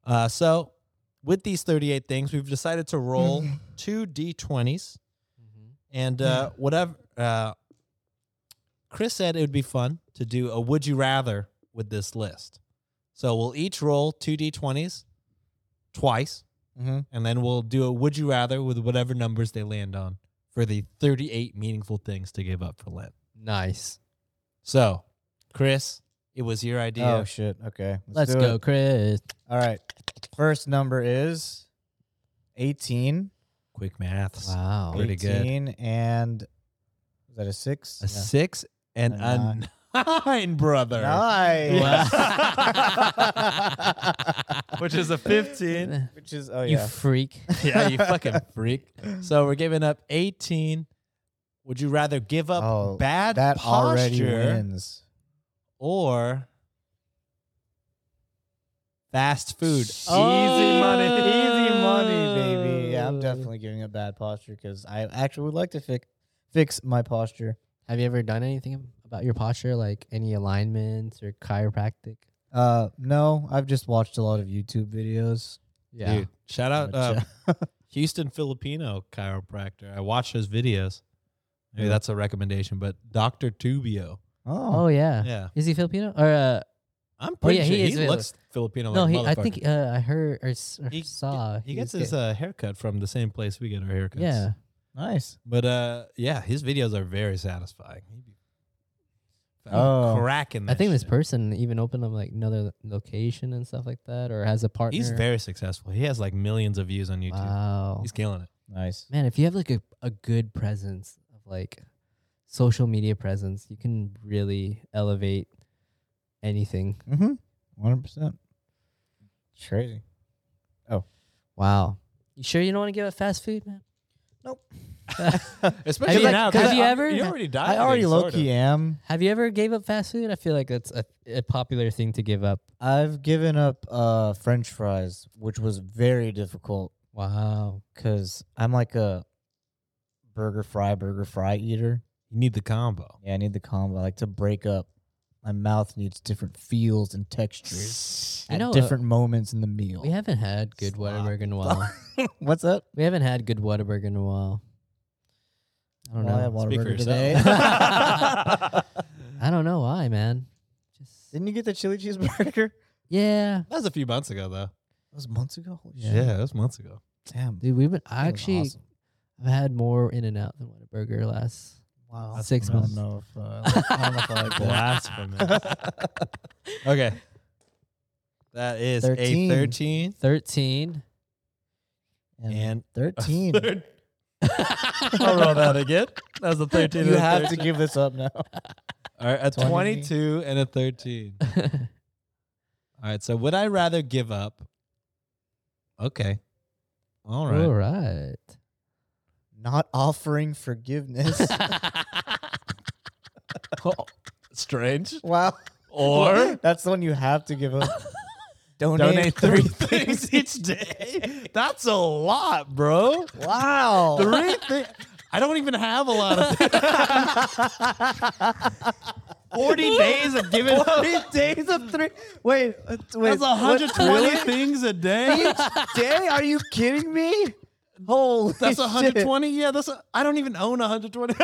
Uh, so, with these 38 things, we've decided to roll
Mm-hmm.
two d20s. And uh, whatever, uh, Chris said it would be fun to do a would you rather with this list. So, we'll each roll two d20s twice,
Mm-hmm.
and then we'll do a would you rather with whatever numbers they land on for the 38 meaningful things to give up for Lent.
Nice.
So, Chris, it was your idea.
Oh shit. Okay.
Let's
do
go,
it.
Chris.
All right. First number is eighteen.
Quick maths.
Wow.
Pretty good.
18 and is that a six?
A six and a,
A
nine, brother.
Nice.
Which is a 15.
Which is oh
You
yeah.
freak.
yeah, you fucking freak. So we're giving up 18. Would you rather give up
Oh,
bad
that already
posture
wins.
or fast food?
Easy money, Oh, easy money, baby. Yeah, I'm
Uh.
definitely giving up bad posture because I actually would like to fix fix my posture.
Have you ever done anything about your posture, like any alignments or chiropractic?
Uh, no, I've just watched a lot of YouTube videos.
Yeah.
Dude, shout out uh,
Gotcha.
Houston Filipino chiropractor. I watch his videos. Maybe that's a recommendation, but Dr. Tubio.
Oh
Oh,
yeah.
Yeah.
Is he Filipino or uh,
I'm pretty
yeah,
sure
he
he,
is Filip-
looks Filipino.
no?
like
He,
a
I
motherfucker.
think uh, I heard or, s- or saw
He,
he
gets
was
his
get-
uh, haircut from the same place we get our haircuts.
yeah.
nice.
But uh, yeah, his videos are very satisfying. He be fucking
Oh.
cracking.
I
that
think this
shit.
person even opened up like another location and stuff like that, or has a partner.
He's very successful. He has like millions of views on YouTube.
wow.
He's killing it.
Nice.
Man, if you have like a, a good presence of like social media presence, you can really elevate anything.
Mm-hmm. One hundred percent. It's crazy.
Wow. You sure you don't want to give up fast food, man?
Especially
you-
now.
have
'cause
you
I-
ever-
You already died.
I already low key am.
Have you ever gave up fast food? I feel like that's a, a popular thing to give up.
I've given up uh French fries, which was very difficult
Wow.
because I'm like a burger fry, burger fry eater.
You need the combo.
Yeah, I need the combo. I like to break up. My mouth needs different feels and textures
You
at
know, uh,
different moments in the meal.
We haven't had good Whataburger in a while.
What's up?
we haven't had good Whataburger in a while. I don't
Well, I had
know.
Speak for
Whataburger today.
yourself.
I don't know why, man. Just
Didn't you get the chili cheeseburger?
yeah,
That was a few months ago, though.
That was months ago. Holy
Yeah,
shit.
that was months ago.
Damn.
dude. We've been. I
That was
actually
awesome.
I've had more In and Out than Whataburger last.
Wow.
Six
I don't
months.
know if, uh, I don't know if I like that.
Blasphemous. okay. That is
Thirteen.
a 13
Thirteen.
and
13.
third. I'll roll that again. That was a 13.
you
and a
have to
13.
give this up now.
All right, a
20.
22 and a 13. All right, so would I rather give up? Okay. All right.
All right.
Not offering forgiveness.
Strange.
wow.
Or
That's the one you have to give up. Donate,
donate three things each day. That's a lot, bro.
Wow.
Three things. I don't even have a lot of things. 40 days of giving up.
Three days of three. Wait, uh, wait.
That's 120
what- really?
things a day.
Each day? Are you kidding me? Holy
That's
shit.
120. Yeah, that's. A, I don't even own 120.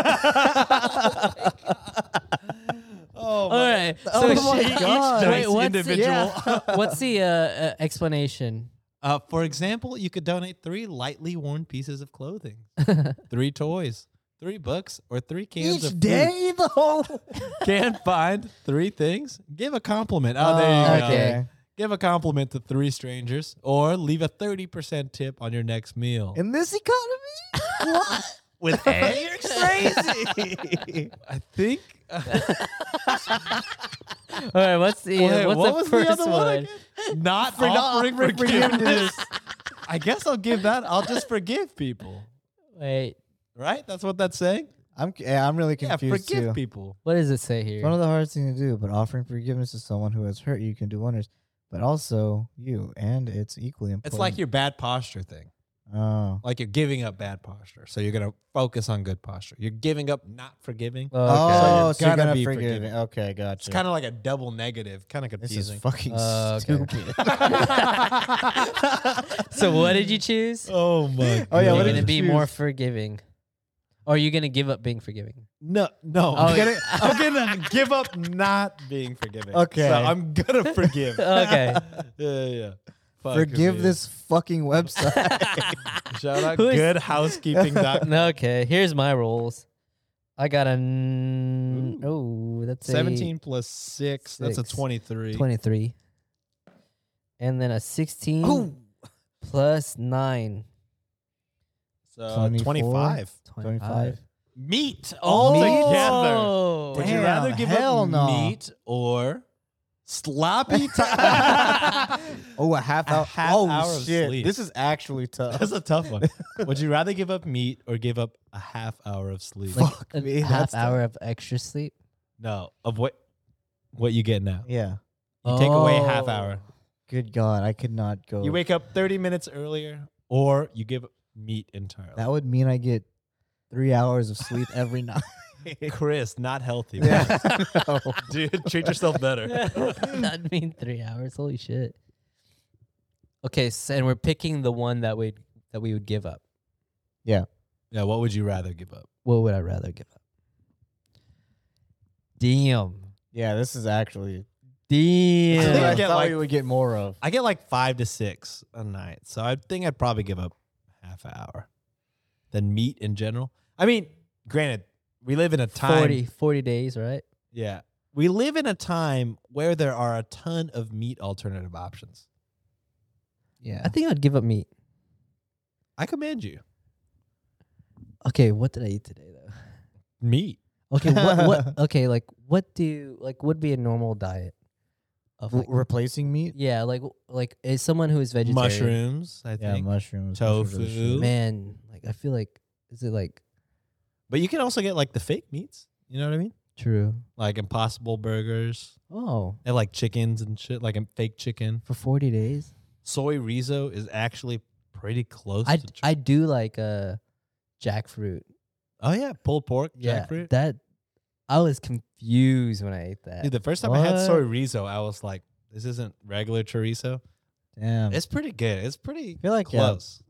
oh,
All right.
Oh
So
my
she-
God.
Wait,
Wait,
what's the,
individual.
yeah. what's the uh, uh, explanation?
Uh, for example, you could donate three lightly worn pieces of clothing, three toys, three books, or three cans of
Each
food.
day, the whole.
Can't find three things. Give a compliment. Oh, there you go.
okay.
Give a compliment to three strangers, or leave a thirty percent tip on your next meal.
In this economy? What?
With
You're crazy.
I think. uh,
All right. What's the uh,
Wait,
what's
what
the
was
first
the other one?
one?
again? Not for offering
offering
forgiveness. I guess I'll give that. I'll just forgive people.
Wait.
Right? That's what that's saying.
I'm, yeah, I'm really
Yeah,
confused.
forgive
too.
people.
What does it say
It's
here?
one of the hardest things to do, but offering forgiveness to someone who has hurt you can do wonders. But also you, and it's equally important.
It's like your bad posture thing.
Oh.
Like you're giving up bad posture, so you're gonna focus on good posture. You're giving up not forgiving.
Oh, so you're
gotta
gonna
be
be forgiving.
forgiving.
Okay, gotcha.
it's kind of like a double negative, kind of
this
confusing.
is fucking
Uh, okay.
stupid.
so what did you choose?
oh my!
Oh, yeah,
You're
what
gonna
did
be
you
more
choose?
forgiving. Or are you gonna give up being forgiving?
No, no.
Oh,
I'm, gonna, I'm gonna give up not being forgiving.
Okay.
So I'm gonna forgive.
Okay.
yeah, yeah. Fuck
Forgive
me.
this fucking website.
Shout out
Who is-
goodhousekeeping.com.
okay, here's my rules. I got a n- oh, that's a
17 plus 6, that's
Six.
a 23.
23. and then a sixteen plus nine.
So
24.
25.
25.
Meat altogether.
Oh,
Would you
Damn,
rather give
hell
up
no.
meat or sloppy time?
Oh, a half
A
hour.
half
oh
hour of
shit!
sleep.
This is actually tough.
that's a tough one. Would you rather give up meat or give up a half hour of sleep?
Fuck
a
me.
half
that's tough.
hour of extra sleep.
No, of what what you get now.
Yeah.
You take away half
Oh.
hour.
Good God, I could not go.
You wake up 30 minutes earlier or you give up meat entirely.
That would mean I get three hours of sleep every night.
Chris, not healthy.
Yeah. No.
Dude, treat yourself better.
That'd mean three hours. Holy shit. Okay, s and we're picking the one that we that we would give up.
yeah, what would you rather give up?
What would I rather give up? Damn.
yeah, this is actually.
I think
what
I
I
Damn.
get
thought
like-
we would get more of.
I get like five to six a night, so I think I'd probably give up half an hour. Then meat in general. I mean, granted, we live in a time.
40, 40 days, right?
Yeah, we live in a time where there are a ton of meat alternative options.
Yeah.
I think I'd give up meat.
I commend you.
Okay, what did I eat today though?
Meat.
Okay, what what okay, like what do like would be a normal diet of
R-
like,
replacing meat?
Yeah, like like is someone who is vegetarian
Mushrooms, I
Yeah,
think.
mushrooms. mushrooms
Tofu.
are shit.
Man, like I feel like is it like
but you can also get like the fake meats. You know what I mean?
true?
Like impossible burgers.
Oh,
They have like chickens and shit, like a fake chicken.
for 40 days?
Soy rizo is actually pretty close
I,
to
d-
tr-
I do like uh jackfruit.
Oh yeah, pulled pork,
Yeah,
jackfruit.
that I was confused when I ate that.
Dude, the first time I had
What?
soy rizo, I was like, this isn't regular chorizo.
Mm.
Damn.
It's pretty good. It's pretty
feel like, yeah.
close.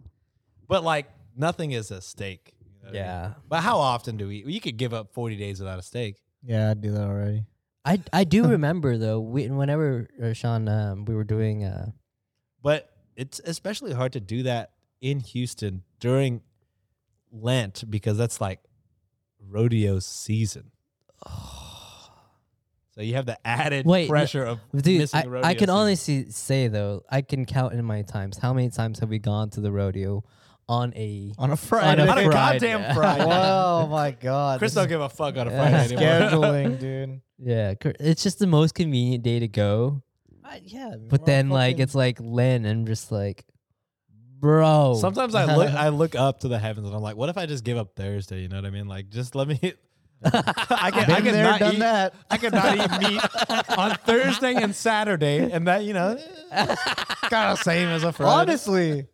But like nothing is a steak. you know what I mean?
yeah,
But how often do we you could give up 40 days without a steak.
yeah, I'd do that already.
I I do remember though. We, whenever uh, Sean um, we were doing uh
But it's especially hard to do that in Houston during Lent because that's like rodeo season. So you have the added
Wait, no-
pressure of
dude,
missing
I,
the rodeo
I can
season.
honestly say though, I can count in my times how many times have we gone to the rodeo on a
On a
Friday.
on a
Friday.
goddamn Friday.
oh my God.
Chris
this
don't
is-
give a fuck on a
Yeah,
Friday anymore.
scheduling, dude.
yeah. cor- It's just the most convenient day to go.
yeah.
But then like it's like Len and I'm just like,
Oh.
bro.
Sometimes I look I look up to the heavens and I'm like, what if I just give up Thursday? You know what I mean? Like just let me I can I
Been
can
there,
not
done
eat
that.
I could not eat meat on Thursday and Saturday and that, you know kind of same as a Friday.
Honestly,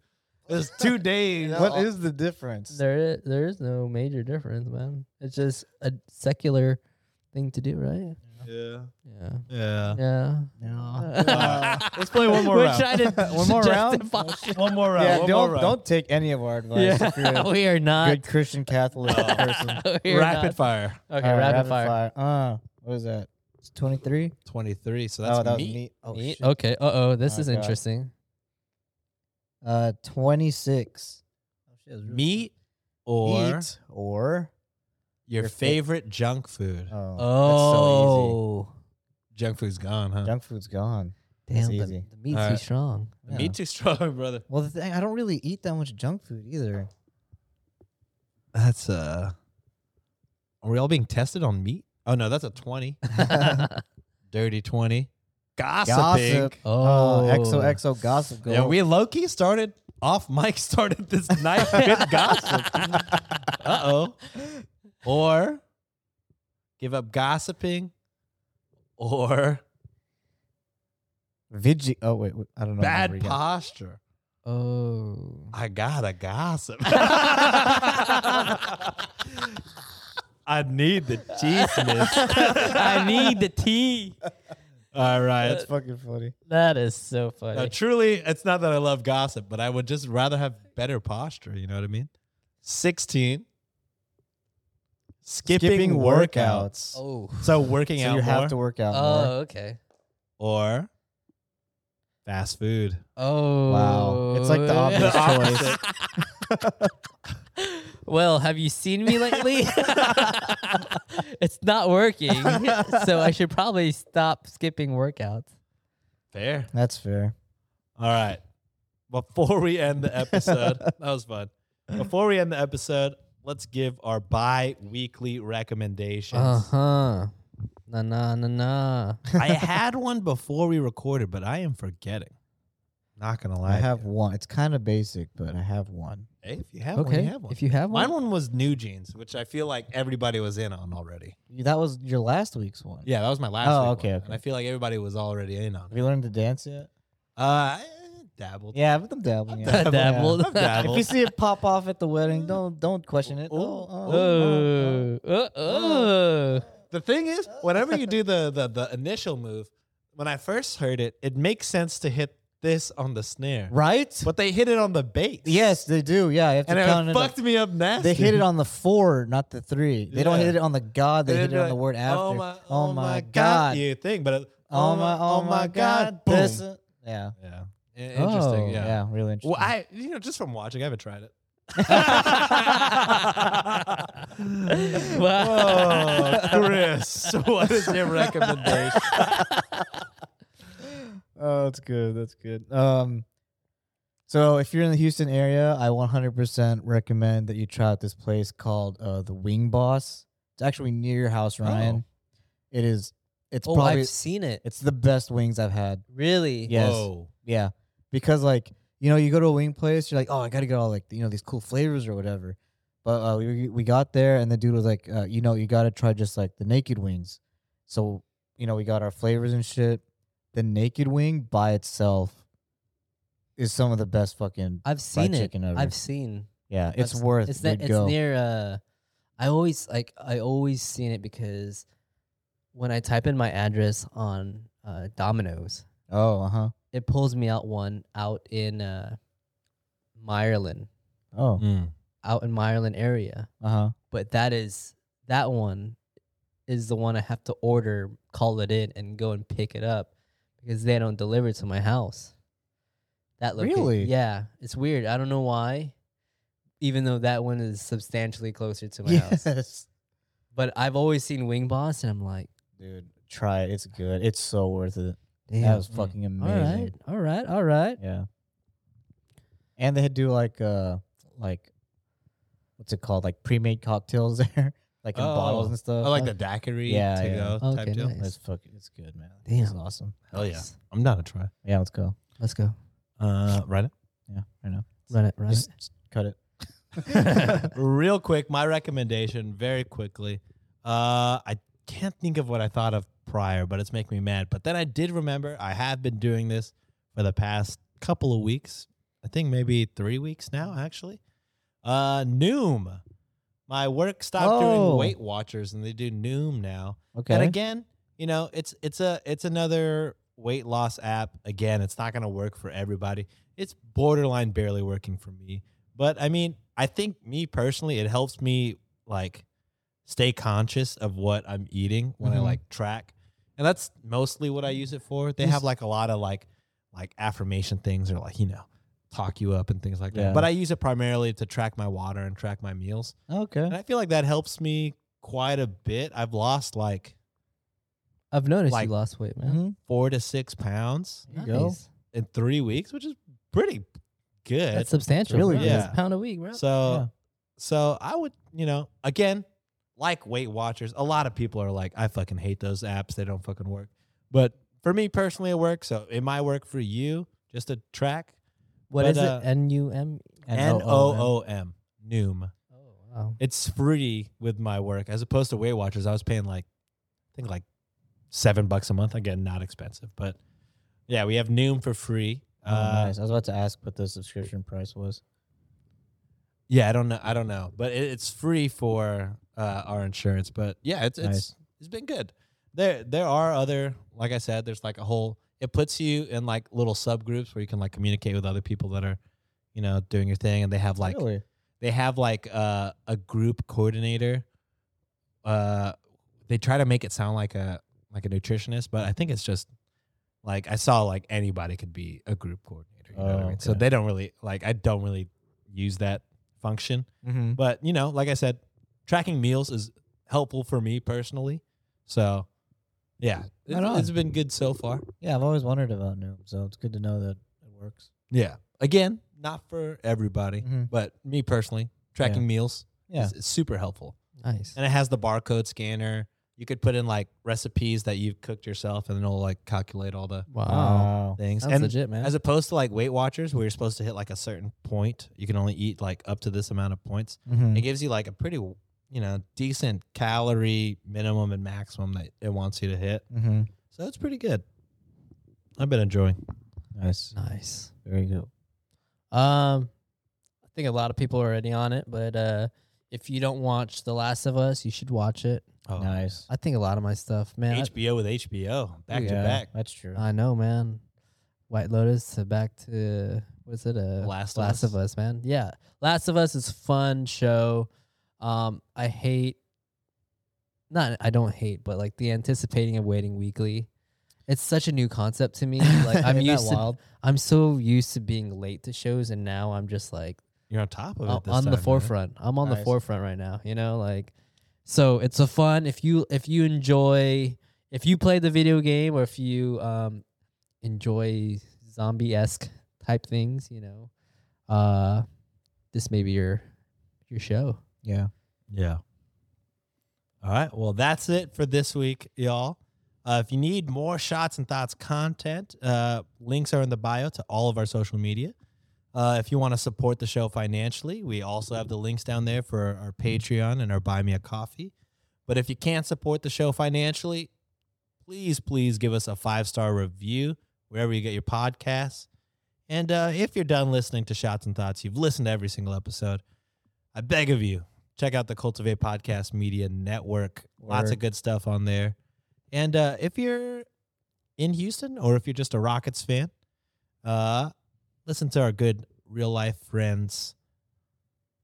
It's two days.
what is the difference?
There is, there is no major difference, man. It's just a secular thing to do, right?
yeah.
Yeah.
Yeah. Uh,
Yeah.
Let's play one more
We're
round.
trying to
One more round?
justify-
one more round.
Yeah,
one more
don't
round.
don't take any of our advice if you're
Yeah.
a
we are not.
good Christian Catholic person.
we are
rapid
not.
fire.
Okay,
All right,
rapid, fire.
Uh, what is that? It's 23?
23. So that's
Oh, that was
meat.
neat. Oh,
Neat.
shit.
Okay. Uh oh. This
Oh,
is
God.
interesting.
Uh, 26.
Oh,
Meat or
Eat or
your,
your fa-
favorite junk food.
oh,
Oh.
Junk food's gone, huh?
that's so easy. junk food's gone. That's
Damn. The,
easy.
the meat's
All
too
right.
strong.
Yeah.
Meat too strong, brother.
Well, the thing I don't really eat that much junk food either.
That's uh Are we all being tested on meat? Oh no, that's a 20. Dirty 20. Gossiping.
Gossip.
Oh.
XOXO gossip. Girl.
Yeah, we low key started off mic started this night with gossip. Uh oh. Or give up gossiping or
Vigi. Oh wait, wait, I don't know. how
bad
we got-
posture.
Oh.
I gotta gossip. I need the cheesiness.
I need the tea.
All right.
That's fucking funny.
That is so funny.
Now, truly, it's not that I love gossip, but I would just rather have better posture. You know what I mean? 16. Skipping, workouts.
oh.
So working
So
out
you
more
have to work out Uh,
Oh,
more.
okay.
or fast food.
Oh.
Wow. It's like the obvious
The
choice.
opposite.
Well, have you seen me lately? it's not working. So I should probably stop skipping workouts.
Fair.
That's fair.
All right. Before we end the episode, that was fun. Before we end the episode, let's give our bi weekly recommendations.
Uh huh. Na na na na.
I had one before we recorded, but I am forgetting. Not gonna lie.
I have
to you.
one. It's kind of basic, but I have one.
Hey, if you have
Okay.
one, you have one.
If you have one.
Mine one was New Jeans, which I feel like everybody was in on already.
That was your last week's one.
Yeah, that was my last.
Oh,
week
okay,
one,
okay.
And I feel like everybody was already in on.
Have
It.
you learned to dance yet?
Uh, I dabbled.
Yeah, but I'm dabbling. yeah.
I dabbled.
Yeah.
I've
If
dabbled.
you see it pop off at the wedding, don't don't question it. Oh, oh, oh,
Oh, oh, oh.
The thing is, whenever you do the, the the initial move, when I first heard it, it makes sense to hit this on the snare,
oh. Right?
But they hit it on the bass.
Yes, they do. Yeah, you have to
and
count
it
it.
fucked
up.
me up nasty.
They hit it on the four, not the three. They don't
Yeah.
hit it on the god. They
And
hit it
they're
on the
like,
word after.
Oh my, oh my god, you think? But it,
Oh my, oh my god.
boom.
This, yeah.
yeah, I- interesting.
Oh,
yeah.
yeah, really interesting.
Well, I you know just from watching, I haven't tried it.
Wow.
Oh, Chris, what is your recommendation?
Oh, that's good. That's good. Um, so if you're in the Houston area, I 100% recommend that you try out this place called uh, the Wing Boss. It's actually near your house, Ryan. It is. It's
Oh,
probably
I've seen it.
it's the best wings I've had.
really?
Yes.
Whoa.
Yeah, because like you know, you go to a wing place, you're like, oh, I gotta get all like you know these cool flavors or whatever. But uh, we we got there and the dude was like, uh, you know, you gotta try just like the naked wings. So you know, we got our flavors and shit. The naked wing by itself is some of the best fucking.
I've seen it.
chicken ever.
I've seen.
yeah, it's
That's-
worth.
It's
It's,
that. It's
go.
near. Uh, I always like. I always seen it because when I type in my address on uh, Domino's,
Oh, uh huh.
it pulls me out one out in uh, Ireland,
Oh,
out in Ireland area.
uh huh.
But that is that one is the one I have to order, call it in, and go and pick it up because they don't deliver to my house. That location,
Really?
yeah, it's weird. I don't know why, even though that one is substantially closer to my house.
Yes,
But I've always seen Wing Boss, and I'm like,
dude, try it. It's good. It's so worth it.
damn,
That was
mm,
fucking
all
amazing.
right, all right, all right.
Yeah. And they had do like uh like what's it called? Like pre made cocktails there. like in bottles
Oh.
and stuff.
I like the daiquiri
Yeah,
to
yeah.
go type
Okay,
deal.
nice.
That's fucking it's good, man. It's
Damn.
awesome.
Hell yeah,
Nice.
I'm down to try.
Yeah, let's go.
Let's go.
Uh, right.
Yeah, I know.
Run it, run
Just,
it.
just cut it.
Real quick, my recommendation, very quickly. Uh, I can't think of what I thought of prior, but it's making me mad. But then I did remember I have been doing this for the past couple of weeks. I think maybe three weeks now, actually. Uh, Noom. My work stopped
Oh.
doing Weight Watchers, and they do Noom now.
Okay.
And again, you know, it's it's a it's another weight loss app. Again, it's not going to work for everybody. It's borderline barely working for me. But I mean, I think me personally, it helps me like stay conscious of what I'm eating when I
Mhm.
like track. And that's mostly what I use it for. They have like a lot of like like affirmation things or like, you know, talk you up and things like
Yeah.
that. But I use it primarily to track my water and track my meals.
okay.
And I feel like that helps me quite a bit. I've lost like
I've noticed
Like-
you lost weight, man.
hmm
four to six pounds
There you go.
Nice.
in three weeks, which is pretty good.
That's substantial.
really
bro.
good.
That's a pound a week, bro.
so,
yeah.
so I would, you know, again, like Weight Watchers, a lot of people are like, I fucking hate those apps. They don't fucking work. But for me personally, it works. So it might work for you. Just a track.
What
but,
is
uh,
it? N U M.
N O O M. Noom.
Oh wow.
It's free with my work as opposed to Weight Watchers. I was paying like, I think like seven bucks a month. Again, not expensive, but yeah, we have Noom for free. Uh,
Oh, nice. I was about to ask what the subscription price was.
Yeah, I don't know. I don't know, but it, it's free for uh, our insurance. But yeah, it's it's
Nice.
it's been good. There there are other like I said. There's like a whole. It puts you in like little subgroups where you can like communicate with other people that are, you know, doing your thing, and they have like
really?
they have like uh, a group coordinator. Uh, they try to make it sound like a like a nutritionist, but I think it's just like I saw like anybody could be a group coordinator. You know what I
Oh,
mean? So
okay.
they don't really like I don't really use that function.
E?
Mm-hmm.
But you know, like I said, tracking meals is helpful for me personally. So yeah,
Right
it's-
on.
it's been good so far.
Yeah, I've always wondered about Noom, so it's good to know that it works.
Yeah. Again, not for everybody,
Mhm.
but me personally, tracking
Yeah.
meals
Yeah.
is, is super helpful.
Nice.
And it has the barcode scanner. You could put in like recipes that you've cooked yourself and it'll like calculate all the
Wow.
Uh,
things.
Sounds
and
legit, man.
as opposed to like Weight Watchers where you're supposed to hit like a certain point, you can only eat like up to this amount of points.
Mhm.
Mm-hmm.
It gives you like a pretty, you know, decent calorie minimum and maximum that it wants you to hit.
Mhm.
So it's pretty good. I've been enjoying.
Nice.
nice.
Very good.
Um, I think a lot of people are already on it, but uh, if you don't watch The Last of Us, you should watch it.
Oh,
Nice.
I think a lot of my stuff, man. I-
HBO with HBO, back to
Yeah,
back.
That's true.
I, know, man. White Lotus to back to was it a
Last of
Last of Us, man? Yeah, Last of Us is fun show. Um, I hate, not I don't hate, but like the anticipating of waiting weekly. It's such a new concept to me. Like I'm
Isn't that
used to,
wild?
I'm so used to being late to shows, and now I'm just like
You're on top of
o-
it. This
on
time,
the
man.
forefront. I'm on the
Nice.
forefront right now. You know, like so it's a fun if you if you enjoy if you play the video game or if you um enjoy zombie esque type things, you know, uh, this may be your your show.
Yeah.
Yeah. All right. Well, that's it for this week, y'all. Uh, if you need more shots and thoughts content, uh, links are in the bio to all of our social media. Uh, if you want to support the show financially, we also have the links down there for our Patreon and our Buy Me a Coffee. But if you can't support the show financially, please, please give us a five star review wherever you get your podcasts. And uh, if you're done listening to Shots and Thoughts, you've listened to every single episode. I beg of you, check out the Cultivate Podcast Media Network. Lots of
Word.
good stuff on there. And uh, if you're in Houston or if you're just a Rockets fan, uh, listen to our good real life friends,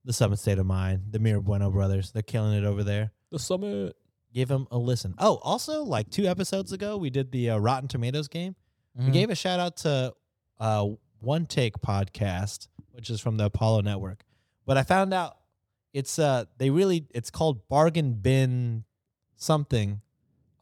the Summit State of Mind, the Mira Bueno brothers. They're killing it over there.
The summit.
Give them a listen. Oh, also, like two episodes ago, we did the uh, Rotten Tomatoes game. We
Mhm.
gave a shout out to uh, One Take Podcast, which is from the Apollo Network. But I found out it's uh they really it's called Bargain Bin something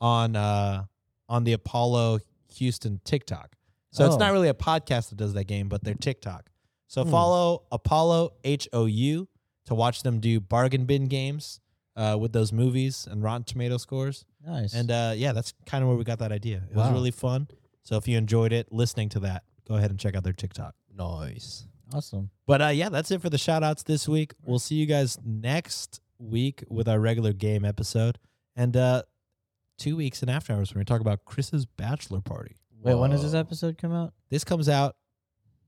on uh on the Apollo Houston TikTok. So it's
Oh.
not really a podcast that does that game, but their TikTok. So
Hmm.
follow Apollo H O U to watch them do bargain bin games uh, with those movies and Rotten Tomato scores.
Nice.
And uh, yeah, that's kind of where we got that idea. It was
Wow.
really fun. So if you enjoyed it listening to that, go ahead and check out their TikTok.
Nice.
awesome.
But uh, yeah, that's it for the shout outs this week. We'll see you guys next week with our regular game episode and uh, two weeks in after hours when we talk about Chris's bachelor party.
Wait, when does this episode come out?
This comes out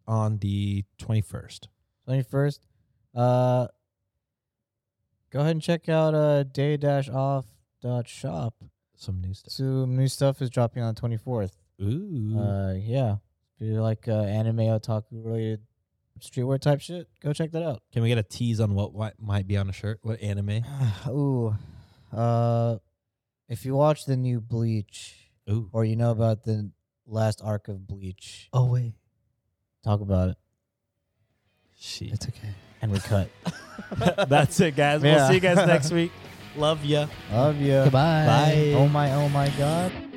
on the 21st.
Twenty first. Uh, go ahead and check out uh day dash off dot shop.
Some new stuff.
Some new stuff is dropping on the twenty fourth.
Ooh.
Uh, yeah. If you like uh, anime otaku related streetwear type shit, go check that out.
Can we get a tease on what, what might be on a shirt? What anime?
Ooh. Uh, if you watch the new Bleach
Ooh.
or you know about the last arc of Bleach,
Oh wait,
talk about it.
Shit.
it's okay.
And we cut.
That's it, guys. We'll
Yeah.
see you guys next week. Love ya.
Love you.
Goodbye.
Bye.
Oh my, oh my God.